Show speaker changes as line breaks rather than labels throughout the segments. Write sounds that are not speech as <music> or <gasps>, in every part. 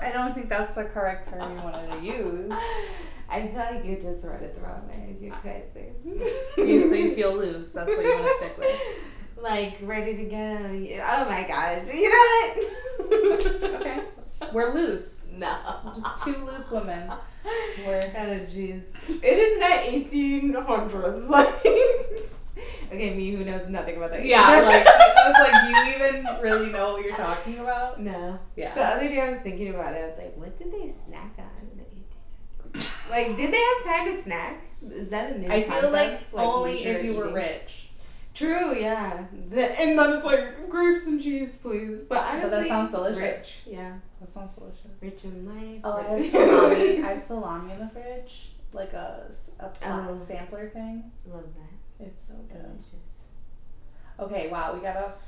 I don't think that's the correct term you wanted to use.
<laughs> I feel like you just wrote it the wrong way. You could.
<laughs> You, so you feel loose. That's what you want to stick with.
<laughs> like ready to go. You- Oh my gosh. You know what?
<laughs> Okay. We're loose.
No.
Just two loose women. We're
Oh jeez. It is not eighteen
<laughs>
hundreds. Like. okay, me who knows nothing about that.
yeah. Like I was like, do
<laughs>
you even really know what you're talking about?
No.
Yeah.
The other day I was thinking about it. I was like, what did they snack on in the 18? Like, did they have time to snack? Is that a new
I feel like
concept?
only
leisure
if you were
eating?
rich.
True, yeah. The, and then it's like grapes and cheese, please. But honestly,
But that sounds delicious.
Rich, yeah.
That sounds delicious.
Rich in life.
Oh, I have <laughs> salami.
<laughs> rich-
I
<laughs>
have salami in the fridge, like a, s- a pla-
Oh.
sampler thing.
Love that.
It's so good.
Delicious.
Okay, wow, we got off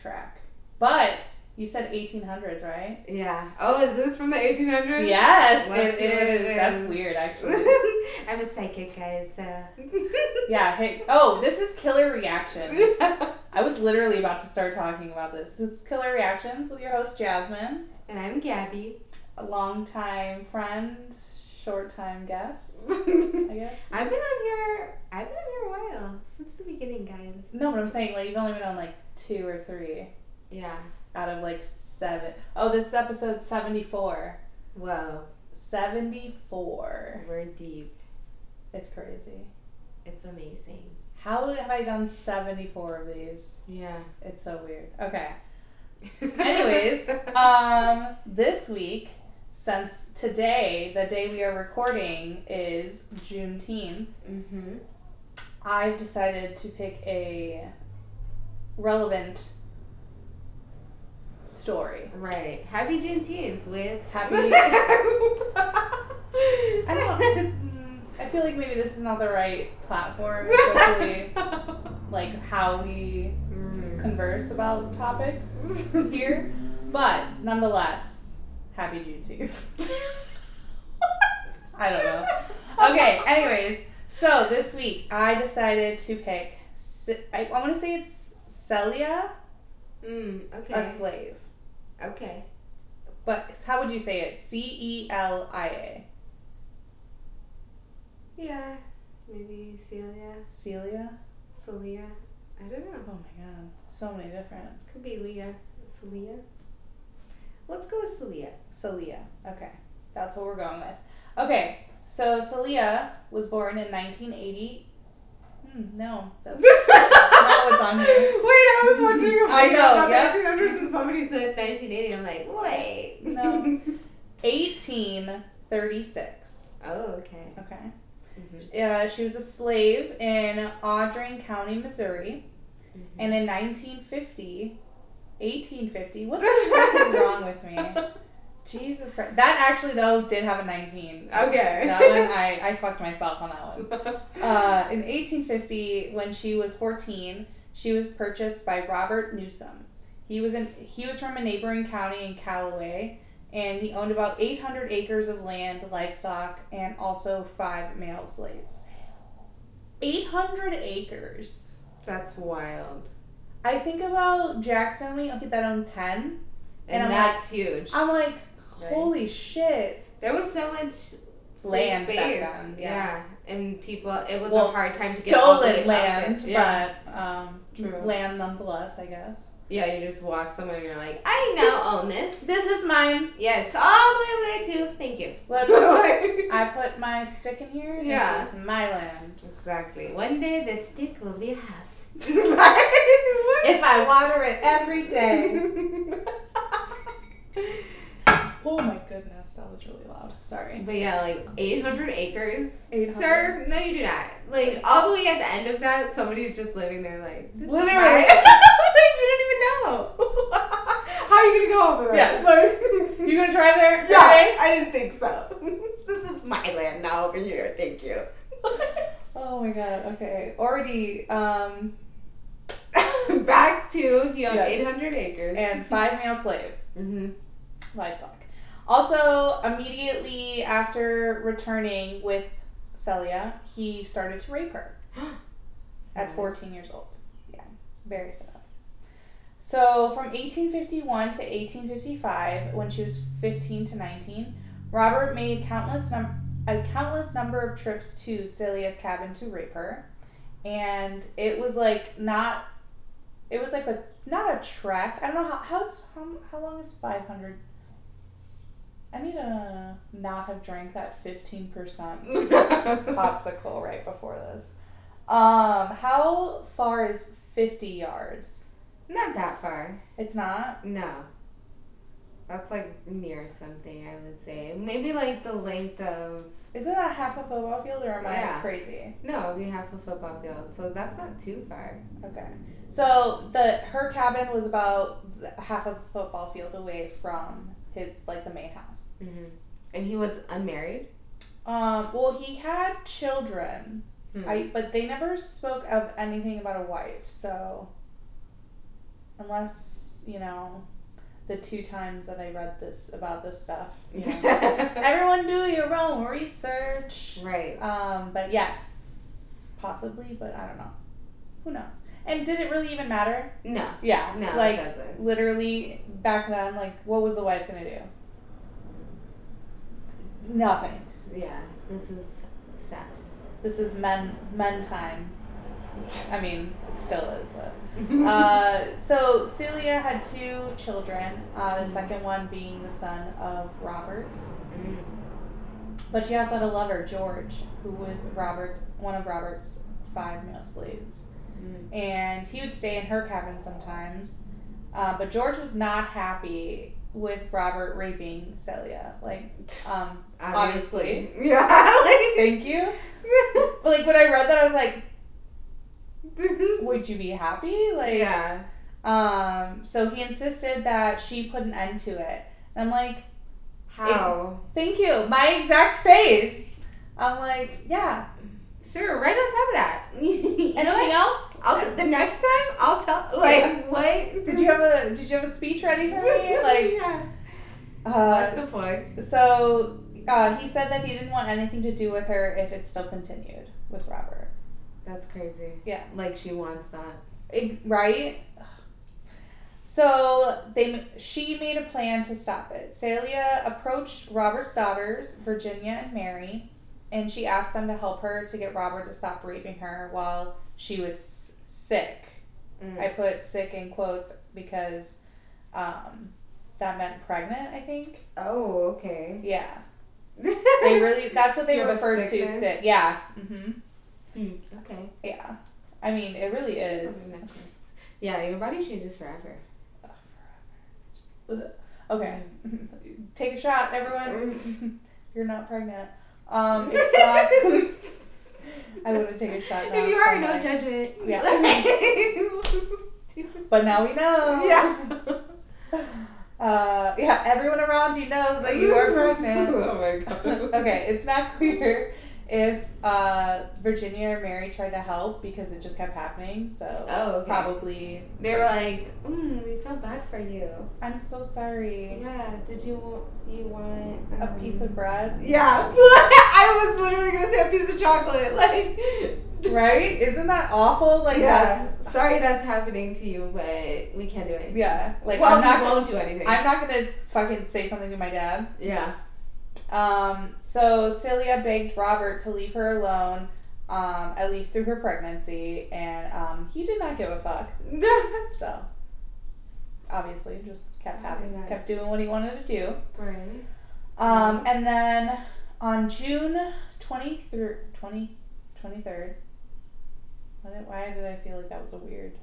track. But you said 1800s, right?
Yeah. Oh, is this from the 1800s?
Yes,
Let's
it
see what
is.
it
That's
is.
weird, actually.
<laughs> I'm a psychic, guys. So.
yeah. Hey,
<laughs>
oh, this is Killer <laughs> Reactions. I was literally about to start talking about this. This is Killer Reactions with your host Jasmine,
and I'm Gabby.
a longtime friend, short time guest,
<laughs>
I guess.
I've been on here. I've been on here a while since the beginning, guys.
No, but I'm saying like you've only been on like two or three.
Yeah.
out of like seven oh this is episode 74.
Whoa.
74.
We're deep.
It's crazy.
It's amazing.
How have I done 74 of these?
<laughs> Yeah.
It's so weird. Okay.
<laughs>
Anyways, um, this week, since today, the day we are recording, is Juneteenth,
Mhm.
I've decided to pick a relevant story.
Right. Happy Juneteenth with
<laughs> Happy- <laughs> I
<laughs>
don't. mm, I feel like maybe this is not the right platform, especially
<laughs>
like how we
Mm.
converse about topics
<laughs> Mm-hmm.
here. But nonetheless, happy Juneteenth. <laughs> I don't
<laughs>
know. Okay. Anyways, so this week I decided to pick. Ce- I, I want to say it's Celia,
Mm,
a
okay.
slave.
okay.
But how would you say it? C E L I A.
Yeah. Maybe Celia,
Celia.
Celia. I don't know.
Oh my God. So many different.
Could be Leah. Celia. Let's go with Celia. <laughs>
Celia. Okay. That's what we're going with. Okay. So Celia was born in 1980. Hmm, no, that's not what's on here.
Wait, I was watching a
<laughs> I
video
know,
about
yep.
the 1800s and somebody said 1980. I'm like, wait.
No. 1836.
<laughs> oh, okay.
Okay.
Mm-hmm.
Uh, she was a slave in Audrain County, Missouri, and in 1950, 1850. What the heck is wrong with me?
<laughs>
Jesus Christ. That actually though did have a 19.
Okay.
That one
<laughs>
I I fucked myself on that one. Uh, in 1850, when she was 14, she was purchased by Robert Newsom. He was in, he was from a neighboring county in Callaway, and he owned about 800 acres of land, livestock, and also five male slaves. 800 acres.
That's wild.
I think about Jack's family. Okay, that owned 10.
And,
And I'm like-
that's huge.
I'm like,
Right.
holy shit.
there was so much free
Land back
space.
then,
Yeah. and people. It was
Well,
a hard time to get all the
stolen
way up
land,
there. Yeah.
but um,
True.
land nonetheless, I guess.
yeah, you just walk somewhere and you're like, I now own this.
This is mine.
Yes, all the way over there too. Thank you. <laughs>
Look,
Like-
<laughs> I put my stick in here.
Yeah.
This is my land.
Exactly. One day the stick will be a
<laughs>
house. <laughs>
If I water it every day. <laughs>
<laughs>
oh my goodness, that was really loud. Sorry.
but yeah, like 800 acres.
800.
Sir, no, you do not. Like all the way at the end of that, somebody's just living there, like this is
Literally.
mine. <laughs> like you don't even know. <laughs> How are you gonna go over
Yeah.
it?
<laughs>
Like,
You gonna drive there?
yeah,
Friday?
I didn't think so. <laughs> this is my land now over here. Thank you. <laughs>
Oh my god. Okay. Already. Um.
Back to he owned
Yes.
800 acres.
And five male slaves,
mm-hmm.
<gasps> livestock. Also, immediately after returning with Celia, he started
<laughs>
to rape her. at 14 years old. Yeah, very sad. So from 1851 to 1855, when she was 15 to 19, Robert made countless num- a countless number of trips to Celia's cabin to rape her, and it was like not, it was like a not a trek. I don't know how how's how, how long is 500. I need to not have drank that 15% popsicle right before this. Um, how far is 50 yards?
Not that far.
It's not.
No. That's like near something, I would say. Maybe like the length of.
Isn't that half a football field, or am I
Yeah.
crazy?
No, we have a football field, so that's not too far.
Okay. So the her cabin was about th- half a football field away from his like the main house.
Mm-hmm. And he was unmarried?
Um, well, he had children,
Hmm.
I but they never spoke of anything about a wife. So unless you know the two times that I read this about this stuff, you
<laughs>
know. everyone do your own research.
Right.
Um, but yes, possibly, but I don't know. Who knows? And did it really even matter?
No.
Yeah.
No, it
like
doesn't.
literally back then, like what was the wife gonna do? Nothing.
Yeah, this is sad.
This is men men time. I mean, it still is, but. <laughs>
<laughs>
Uh, so Celia had two children. Uh,
Mm-hmm.
the second one being the son of Roberts,
Mm.
but she also had a lover, George, who was Roberts, one of Roberts' five male slaves.
Mm.
and he would stay in her cabin sometimes. Uh, but George was not happy with Robert raping Celia. Like,
<laughs>
um, obviously.
Yeah.
<laughs>
<laughs> Like,
Thank you. Like when I read that, I was like, would you be happy? Like,
yeah.
um, so he insisted that she put an end to it. And I'm like,
How?
thank you. My exact face. I'm like, yeah.
sure, right on top
<laughs>
of that. You know
Anything
what?
else?
I'll, the next time, I'll tell. Like,
Yeah.
what?
Did you have a Did you have a speech
<laughs>
ready for me? Like,
yeah.
Uh,
What the fuck?
So uh, he said that he didn't want anything to do with her if it still continued with Robert.
That's crazy.
Yeah.
Like, she wants that.
Ig- right? So they m- she made a plan to stop it. Celia approached Robert's daughters, Virginia and Mary, and she asked them to help her to get Robert to stop raping her while she was s- sick.
Mm.
I put sick in quotes because um, that meant pregnant, I think.
oh, okay.
Yeah. They
<laughs>
really that's what they
You have a
refer to
sickness?
sick. Yeah. Mhm.
Hmm, okay.
Yeah. I mean, it really is.
Yeah, your body changes forever.
Ugh. Okay. <laughs> Take a shot, everyone. <laughs> You're not pregnant.
<laughs>
Um it's not I wouldn't take a shot now,
If you are, no
so like-
judgment. <laughs>
Yeah. <laughs>
Yeah.
But now we know.
yeah.
<laughs> Uh yeah, everyone around you knows that you are <laughs> pregnant.
oh my god. <laughs>
okay, it's not clear if uh Virginia or Mary tried to help because it just kept happening, so
Oh, okay.
probably
They were like, mm, we feel bad for you.
I'm so sorry.
Yeah. Did you want? Do you want
A piece of
bread?
bread.
Yeah. <laughs> I was literally gonna say a piece of chocolate. <laughs> Like.
Right? Isn't that awful? Like
yeah.
that's
Sorry that's happening to you, but we can't do anything.
yeah. Like
well,
I'm not
we
gonna,
won't do anything.
I'm not gonna fucking say something to my dad.
yeah.
Um, so Celia begged Robert to leave her alone, um, at least through her pregnancy, and um, he did not give a
<laughs>
fuck. So obviously, just kept
Oh my
having,
gosh.
kept doing what he wanted to do.
right.
Um,
Mhm.
and then on June 23rd, 20, 23rd, why did, why did I feel like that was a weird,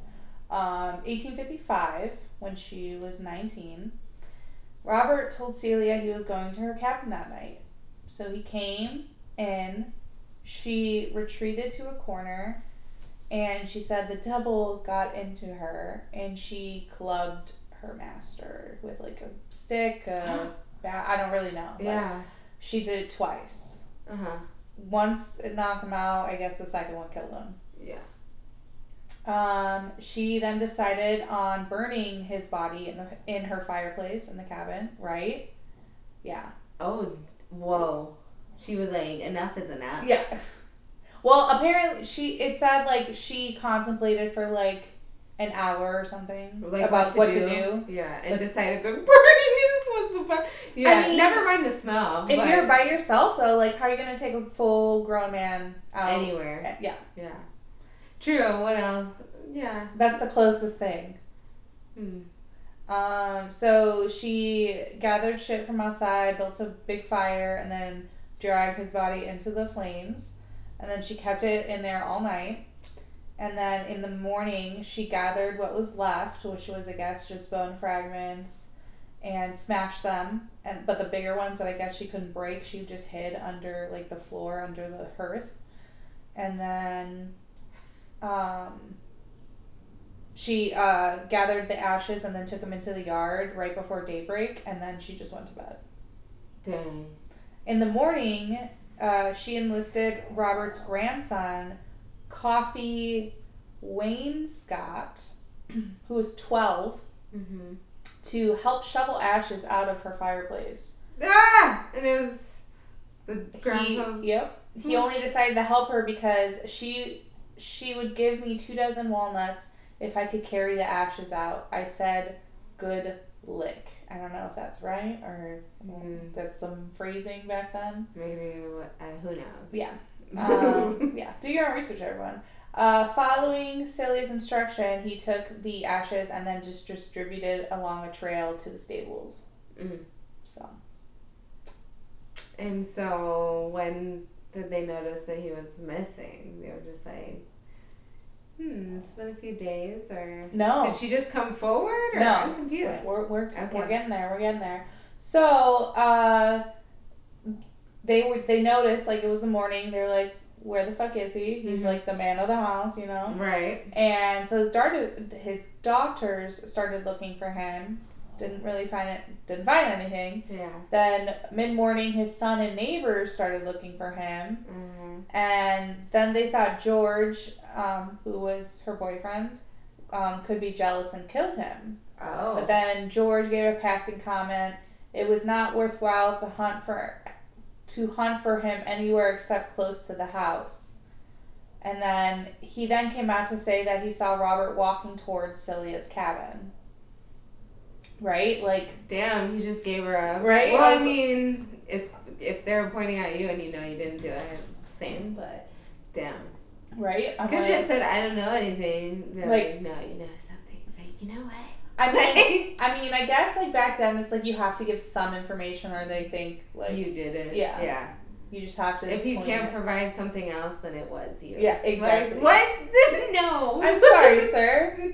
um, 1855, when she was 19, Robert told Celia he was going to her cabin that night. So he came in, she retreated to a corner, and she said the devil got into her, and she clubbed her master with like a stick, a bat. I don't really know. but
Yeah.
She did it twice.
Uh huh.
Once it knocked him out, I guess the second one killed him.
Yeah.
Um, she then decided on burning his body in the in her fireplace in the cabin, right? Yeah.
Oh, whoa. She was like, enough is enough.
Yeah. Well, apparently she it said like she contemplated for like an hour or something
Like
about what to, do.
Yeah, and
But-
decided the <laughs> burning was the best. Yeah,
mean,
never mind the smell.
If
but
you're by yourself though, like how are you gonna take a full grown man out
Anywhere.
Yeah,
Yeah. True. What else? Yeah.
that's the closest thing.
Hmm.
Um, so she gathered shit from outside, built a big fire, and then dragged his body into the flames. And then she kept it in there all night. And then in the morning, she gathered what was left, which was, I guess, just bone fragments, and smashed them. And but the bigger ones that I guess she couldn't break, she just hid under like the floor under the hearth. And then, um, she uh, gathered the ashes and then took them into the yard right before daybreak, and then she just went to bed.
Dang.
In the morning, uh, she enlisted Robert's grandson, Coffee Wayne Scott, who was 12, Mm-hmm.
hmm
to help shovel ashes out of her fireplace.
Ah! And it was the
He,
grandpa's.
yep. He
Hmm.
only decided to help her because she she would give me two dozen walnuts if I could carry the ashes out. I said, "Good lick." I don't know if that's right or
Mhm.
that's some phrasing back then.
Maybe. What, uh, who knows?
Yeah.
<laughs>
Um, <laughs> yeah. Do your own research, everyone. Uh, following Silly's instruction, he took the ashes and then just distributed along a trail to the stables. Mm-hmm.
Mm.
So
And so when did they notice that he was missing? They were just like, hmm, it's been a few days, or
No.
Did she just come forward? Or
no,
I'm confused.
We're we're, we're
Okay.
getting there. We're getting there. So uh, they were they noticed like it was the morning. They're like, where the fuck is he? He's
Mhm.
like the man of the house, you know.
Right.
And so his daughter, his daughters started looking for him. Didn't really find it. Didn't find anything.
Yeah.
Then mid morning, his son and neighbors started looking for him.
Uh-huh.
And then they thought George, um, who was her boyfriend, um, could be jealous and killed him.
Oh.
But then George gave a passing comment. It was not worthwhile to hunt for to hunt for him anywhere except close to the house. And then he then came out to say that he saw Robert walking towards Celia's cabin. Right? Like
Damn, he just gave her up.
Right?
Well, I
Like-
mean, it's if they're pointing at you and you know you didn't do it, same. But damn,
right? I'm
could have
like-
just said I don't know anything. They're
Like-
like, no, you know something. Like you know what?
I mean I mean I guess like back then it's like you have to give some information or they think like you,
you did it.
yeah.
Yeah.
just have to
If you
point
can't
it.
provide something else, then it was you.
Yeah, exactly.
Like, what? <laughs> no.
I'm
<laughs>
sorry, sir.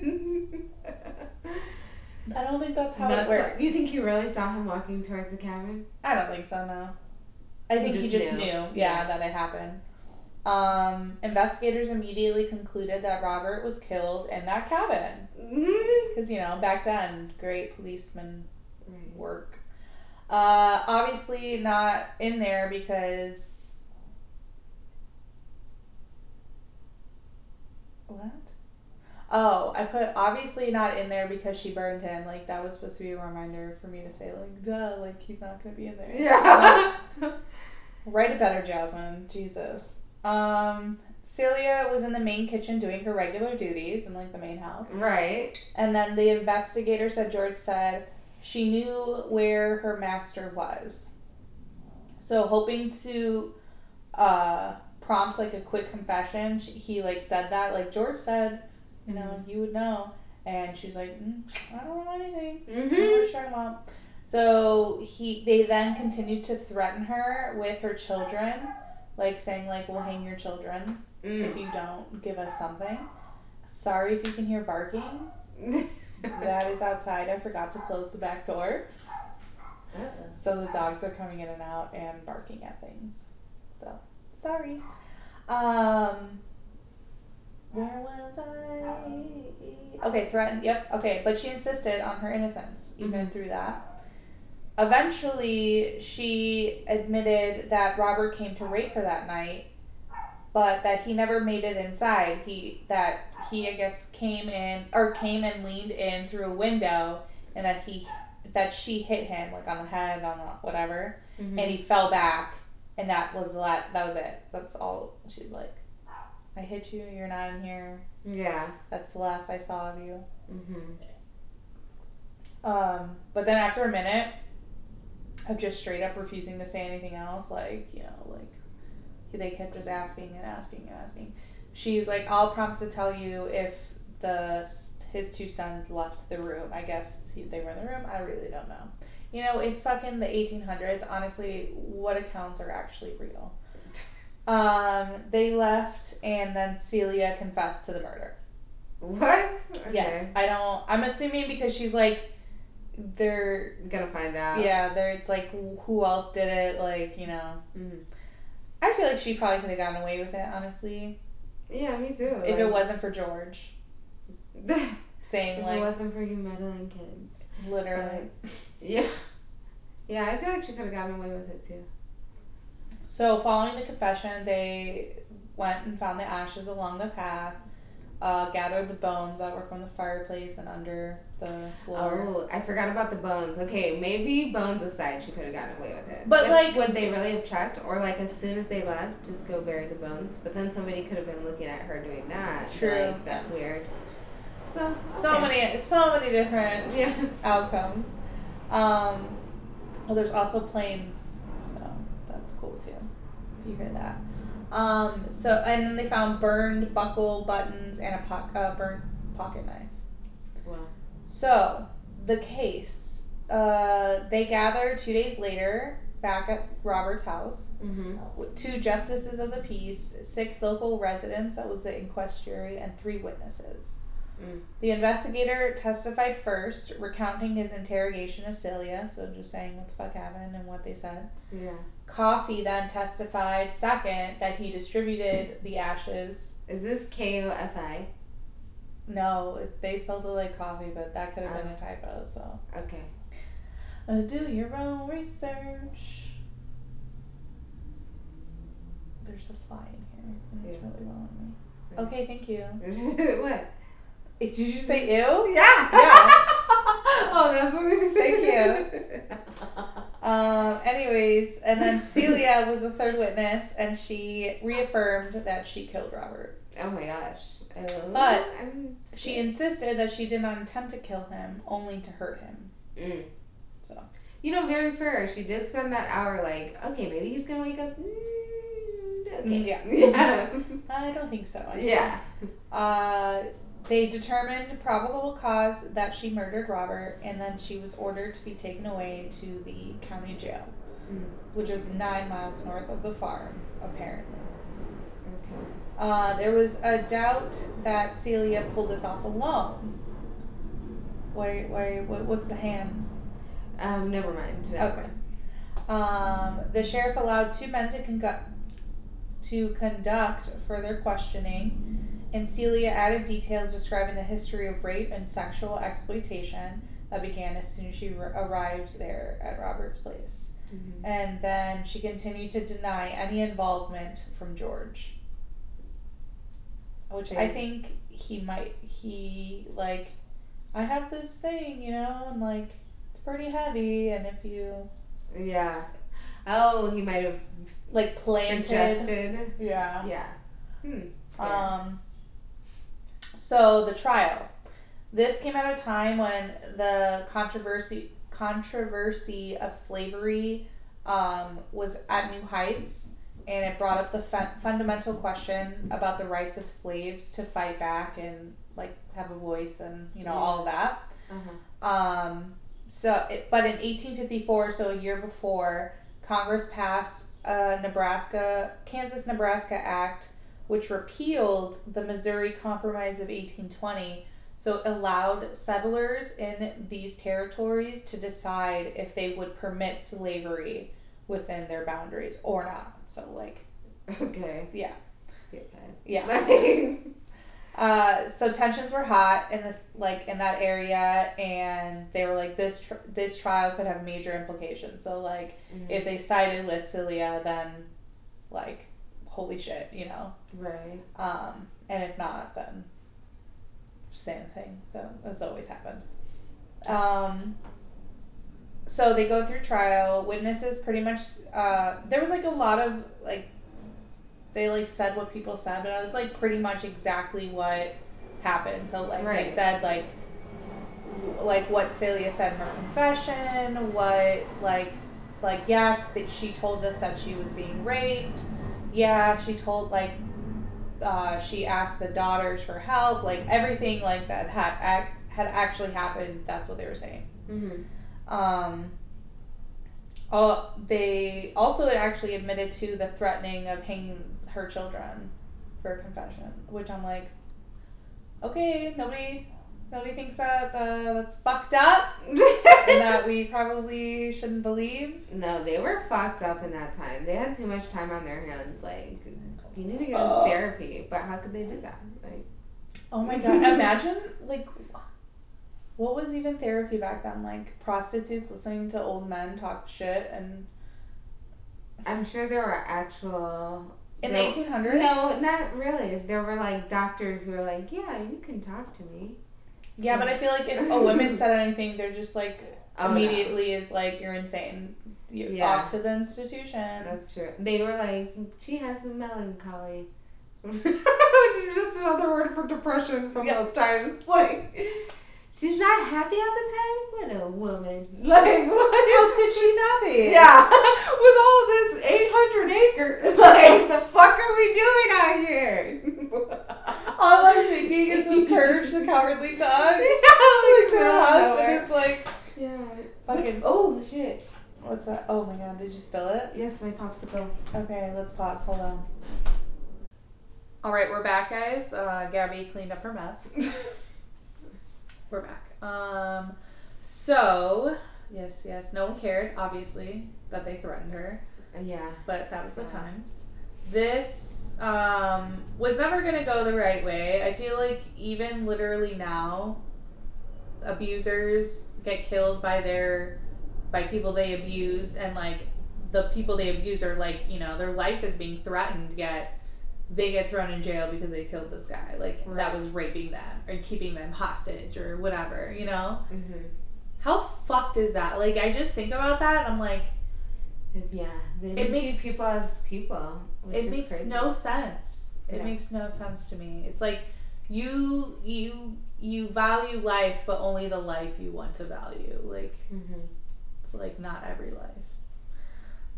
I don't think that's how
That's
it works.
what- you think you really saw him walking towards the cabin?
I don't think so, no. I
He
think he
just
just knew,
knew.
yeah,
Yeah.
that it happened. Um, investigators immediately concluded that Robert was killed in that cabin.
Mm-hmm.
Because, you know, back then, great policeman work. Uh, obviously, not in there because. What? Oh, I put obviously not in there because she burned him. Like, that was supposed to be a reminder for me to say, like, duh, like, he's not going to be in there. Like,
<laughs>
<laughs>
Yeah. <laughs>
Write a better Jasmine. Jesus. Um, Celia was in the main kitchen doing her regular duties in like the main house.
right.
And then the investigator said George said she knew where her master was. So hoping to uh, prompt like a quick confession, sh- he like said that like George said, you know, you would know. And she was like, mm, I don't know anything. I don't know what
Mm-hmm.
you're talking about. So he they then continued to threaten her with her children, like saying like we'll hang your children
Mm.
if you don't give us something. Sorry if you can hear barking. <laughs> That is outside. I forgot to close the back door.
Uh-oh.
So the dogs are coming in and out and barking at things. So sorry. Um where was I? Okay, threatened. Yep. Okay, but she insisted on her innocence even
Mhm.
through that. Eventually, she admitted that Robert came to rape her that night, but that he never made it inside. He that he I guess came in or came and leaned in through a window, and that he that she hit him like on the head on the whatever
Mhm.
and he fell back and that was the la- that was it that's all she was like I hit you. You're not in here.
Yeah.
That's the last I saw of you.
Mhm.
Mm-hmm. Um, but then after a minute of just straight up refusing to say anything else, like, you know, like they kept just asking and asking and asking. She's like, I'll promise to tell you if the his two sons left the room. I guess he, they were in the room. I really don't know. You know, it's fucking the 1800s. Honestly, what accounts are actually real? Um, they left, and then Celia confessed to the murder.
What?
Yes, I don't. I'm assuming because she's like, they're
I'm gonna find out.
yeah, they're it's like who else did it? Like you know,
Mhm.
I feel like she probably could have gotten away with it honestly
Yeah, me too.
if it wasn't for George
<laughs> wasn't.
saying
If
like
it wasn't for you meddling kids.
literally.
Yeah. Yeah, I feel like she could have gotten away with it too.
So following the confession, they went and found the ashes along the path. Uh, gathered the bones that were from the fireplace and under the floor.
Oh, I forgot about the bones. Okay, maybe bones aside, she could have gotten away with it.
But, like-
would they really have checked? Or like, as soon as they left, just go bury the bones? But then somebody could have been looking at her doing that.
True.
Like, that's weird. So.
So
okay.
many, Oh. so many different
<laughs> Yes.
outcomes. Um, well, there's also planes, so that's cool too. If you hear that. Um, so and then they found burned buckle buttons and a po- uh, burnt pocket knife.
Wow.
So the case. Uh, they gather two days later back at Robert's house.
Mhm.
with Two justices of the peace, six local residents, that was the inquest jury, and three witnesses.
Mm.
The investigator testified first, recounting his interrogation of Celia, so just saying what the fuck happened and what they said.
Yeah.
Coffee then testified second that he distributed the ashes.
Is this K O F I?
No, it- they spelled it like coffee, but that could have been
Oh.
a typo, so.
Okay.
Uh, do your own research. There's a fly in here, and it's
Yeah.
really bothering me. Okay, thank you.
<laughs> what?
Did you say ew? <laughs>
Yeah.
Yeah.
oh, that's what we say.
<laughs> Um, anyways, and then Celia was the third witness, and she reaffirmed that she killed Robert.
oh my gosh. I will.
But
I'm
She
scared.
insisted that she did not intend to kill him, only to hurt him.
Mm.
So.
You know, very fair. She did spend that hour like, okay, maybe he's gonna wake up. Mm, okay. <laughs>
Yeah. <laughs> I don't think so. I think-
yeah.
Uh, they determined probable cause that she murdered Robert, and then she was ordered to be taken away to the county jail,
Mm,
which is nine miles north of the farm, apparently.
okay.
Uh, there was a doubt that Celia pulled this off alone. Wait, wait, what, what's the hams?
Um, never mind. Never
Okay.
mind.
Um, the sheriff allowed two men to conduct to conduct further questioning, and Celia added details describing the history of rape and sexual exploitation that began as soon as she r- arrived there at Robert's place.
Mhm.
And then she continued to deny any involvement from George. Which I
Right.
think he might he like I have this thing, you know, and like it's pretty heavy and if you
Yeah. Oh, he might have
like planted
suggested.
Yeah.
Yeah. Hmm. Yeah.
Uh. Um so the trial. This came at a time when the controversy controversy of slavery um, was at new heights and it brought up the fun- fundamental question about the rights of slaves to fight back and like have a voice and you know all of that.
Uh-huh.
Um, so, it, but in 1854, so a year before, Congress passed a Nebraska, Kansas Nebraska Act, which repealed the Missouri Compromise of 1820. So it allowed settlers in these territories to decide if they would permit slavery within their boundaries or not. So like,
Okay.
Yeah.
Stupid.
yeah.
<laughs> Like,
Uh, so tensions were hot in this like in that area and they were like this tr- this trial could have major implications so like <laughs> if they sided with Celia then like holy shit you know
right.
um and if not then same thing that has always happened um so they go through trial witnesses pretty much uh there was like a lot of like they like said what people said, but I was like pretty much exactly what happened. So like
Right.
they said like w- like what Celia said in her confession, what like like yeah that she told us that she was being raped. Yeah, she told like uh, she asked the daughters for help. Like everything like that had ac- had actually happened. That's what they were saying.
<laughs> Mm-hmm.
Um, all, they also actually admitted to the threatening of hanging her children for confession, which I'm like, okay, nobody, nobody thinks that uh, that's fucked up and
<laughs>
that we probably shouldn't believe.
No, they were fucked up in that time. They had too much time on their hands. Like, you need to go
Ugh.
to therapy. But how could they do that? Like,
Oh my god! Imagine like, what was even therapy back then? Like prostitutes listening to old men talk shit and
I'm sure there were actual.
in the
there-
1800s.
No, not really. There were like doctors who were like, yeah, you can talk to me.
Yeah, but I feel like if a woman said anything, they're just like
Oh, no.
immediately is like you're insane. You
Yeah.
off to the institution.
That's true. They were like, she has melancholy. <laughs> Which is just another word for depression from
Yeah.
those times. <laughs> Like, she's not happy all the time? What a woman. <laughs> Like, what?
How could she not be?
Yeah, <laughs> with all this 800 acres, <laughs> like the fuck are we doing out here? <laughs>
All I'm thinking is encourage the cowardly
<laughs>
dog.
Yeah,
Like their house, and it's like
yeah.
Fucking-
Oh shit.
what's that? Oh my god! Did you spill it?
Yes, my <laughs> popsicle.
Okay, let's pause. Hold on. All right, we're back, guys. Uh, Gabby cleaned up her mess. <laughs> we're back. Um, so yes, yes, no one cared, obviously, that they threatened her.
Yeah.
but that was the
Yeah.
times. This um, was never going to go the right way. I feel like even literally now, abusers get killed by their by people they abuse, and like the people they abuse are like you know their life is being threatened, yet they get thrown in jail because they killed this guy. Like
Right.
that was raping them or keeping them hostage or whatever, you know.
Mhm.
How fucked is that? Like I just think about that and I'm like,
Yeah. They
It
didn't
makes-
see people as people. Which
it
is
makes
crazy.
no sense. It
No.
makes no sense to me. It's like you you you value life, but only the life you want to value. Like
Mhm.
it's like not every life.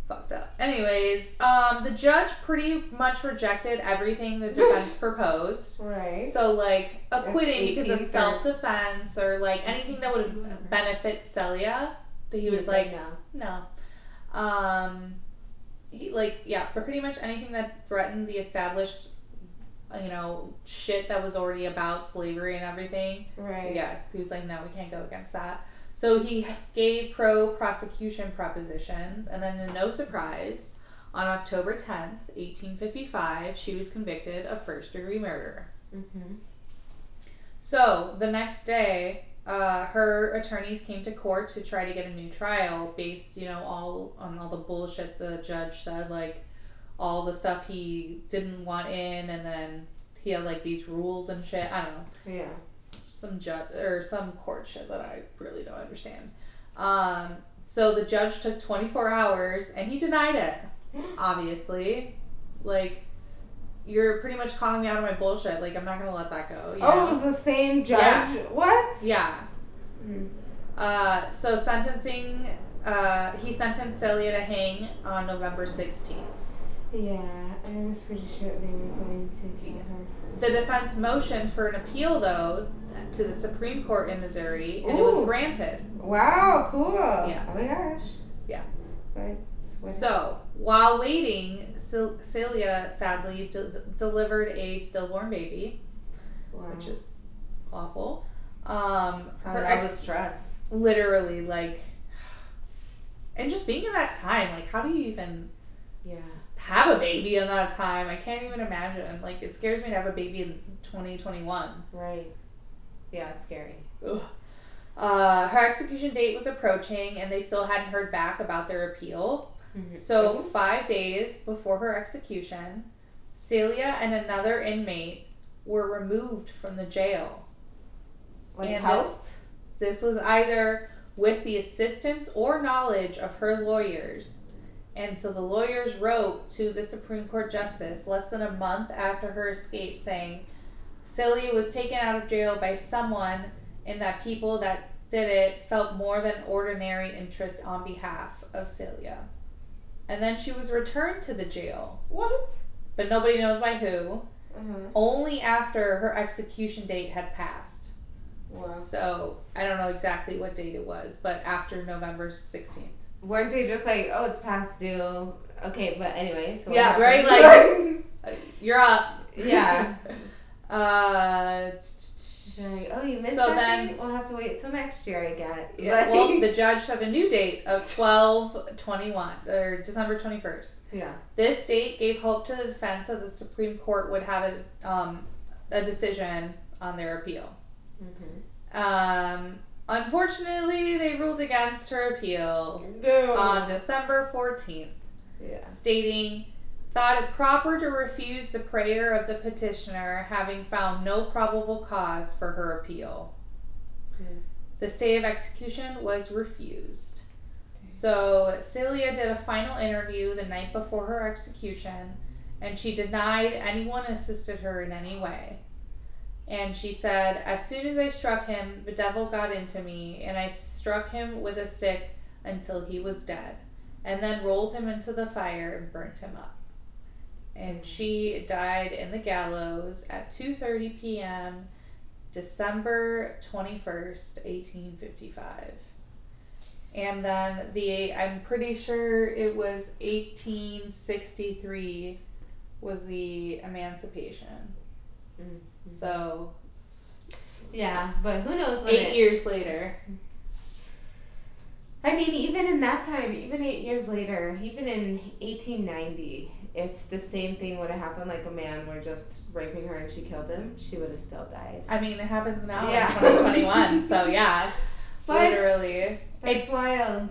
Fucked up. Anyways, um, the judge pretty much rejected everything the
<laughs>
defense proposed.
Right.
So like acquitting because of
18,
self defense or like anything that
Whatever.
would benefit Celia. That he was like,
no.
no. Um, he, like, yeah, pretty much anything that threatened the established, uh, you know, shit that was already about slavery and everything.
Right.
Yeah, he was like, no, we can't go against that. So he gave pro prosecution propositions, and then, to no surprise, on October 10th, 1855, she was convicted of first degree murder.
Mhm.
So the next day, uh, her attorneys came to court to try to get a new trial based, you know, all on all the bullshit the judge said, like all the stuff he didn't want in, and then he had like these rules and shit. I don't know,
Yeah.
some judge or some court shit that I really don't understand. Um, so the judge took 24 hours and he denied it obviously. Like, you're pretty much calling me out of my bullshit. Like, I'm not gonna let that go. You
Oh,
know?
it <laughs> was the same judge.
Yeah.
What?
yeah.
Mhm.
Uh, so sentencing, uh, he sentenced Celia to hang on November 16th.
Yeah, I was pretty sure they were going to kill
Yeah.
her.
The defense motioned for an appeal, though, to the Supreme Court in Missouri, and it was
Ooh.
granted.
Wow, cool.
Yes.
Oh my gosh.
Yeah.
But what-
So, while waiting, Cel- Celia sadly de- delivered a stillborn baby,
wow.
which is awful. Um,
Oh,
her
that
ex-
was stress.
literally like and just being in that time like how do you even
Yeah.
have a baby in that time i can't even imagine like it scares me to have a baby in 2021
Right. Yeah, it's scary.
Ugh. Uh, her execution date was approaching and they still hadn't heard back about their appeal
Mm-hmm.
so five days before her execution celia and another inmate were removed from the jail
like
and
house.
This was either with the assistance or knowledge of her lawyers. And so the lawyers wrote to the Supreme Court justice less than a month after her escape saying Celia was taken out of jail by someone and that people that did it felt more than ordinary interest on behalf of Celia. And then she was returned to the jail,
What?
but nobody knows by who,
Uh-huh.
only after her execution date had passed.
Wow.
So I don't know exactly what date it was, but after November 16th.
Weren't they just like, oh, it's past due? Okay, but anyway. So what
Yeah, right,
happened? <laughs>
Uh, You're up.
yeah.
uh,
They're like, oh, you missed
So
that
then-
date? We'll have to wait till next year, I guess.
yeah,
Like- <laughs>
well, the judge set a new date of 12-21, or December 21st.
yeah.
This date gave hope to the defense that the Supreme Court would have a, um, a decision on their appeal.
Mm-hmm.
Um, unfortunately, they ruled against her appeal
Oh.
on December 14th.
Um, yeah.
stating, thought it proper to refuse the prayer of the petitioner, having found no probable cause for her appeal.
Hmm.
The stay of execution was refused. So Celia did a final interview the night before her execution, and she denied anyone assisted her in any way. And she said, As soon as I struck him, the devil got into me, and I struck him with a stick until he was dead, and then rolled him into the fire and burnt him up. And she died in the gallows at 2:30 p.m. December 21st, 1855. And then the I'm pretty sure it was 1863 was the emancipation.
Mm.
So
Yeah, but who knows when
eight
it-
years later.
I mean, even in that time, even eight years later, even in 1890, if the same thing would have happened, like a man were just raping her and she killed him, she would have still died.
I mean, it happens now
Yeah.
in 2021. so yeah,
<laughs> But-
literally.
It's wild.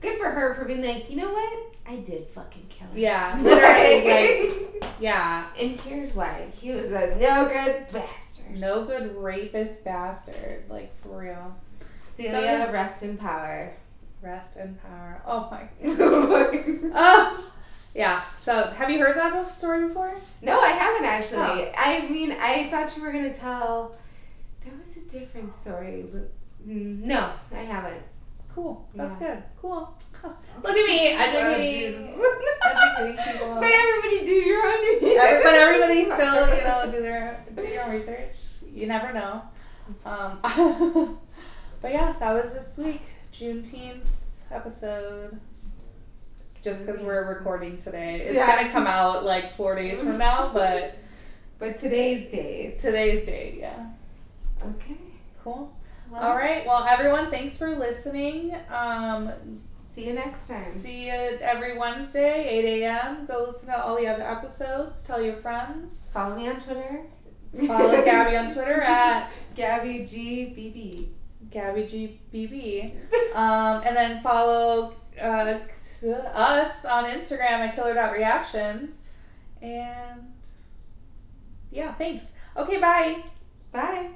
Good for her for being like, you know what? I did fucking kill him. <laughs>
Yeah, literally. like, yeah,
And here's why. He was a no good bastard.
no good rapist bastard. Like for real.
Celia,
So-
rest in <laughs> power.
Rest in power. Oh my. <laughs>
no,
Oh. Yeah. So have you heard that bef- story before?
I haven't actually.
Oh.
I mean, I thought you were going to tell. There was a different story, but mm, no, I haven't.
Cool. That's
Yeah.
good.
<laughs>
Cool. Look at me educating. educating people.
But everybody do your own research.
Every, but everybody
<laughs>
still, you know, do their do your own research. You never know. Um, <laughs> but yeah, that was this week, Juneteenth episode. Just because we're recording today, it's
Yeah.
gonna come out like four days
<laughs>
from now, but
But today's days.
today's date, yeah.
Okay.
Cool.
Well,
All right. Well, everyone, thanks for listening. Um,
See you next time.
see you every Wednesday, 8 a.m. Go listen to all the other episodes. Tell your friends.
Follow me on Twitter. <laughs>
Follow Gabby on Twitter at
Gabby G B B.
Gabby GBB. Um, and then follow uh, us on Instagram at killer.reactions. And yeah, thanks. Okay, bye.
<laughs> Bye.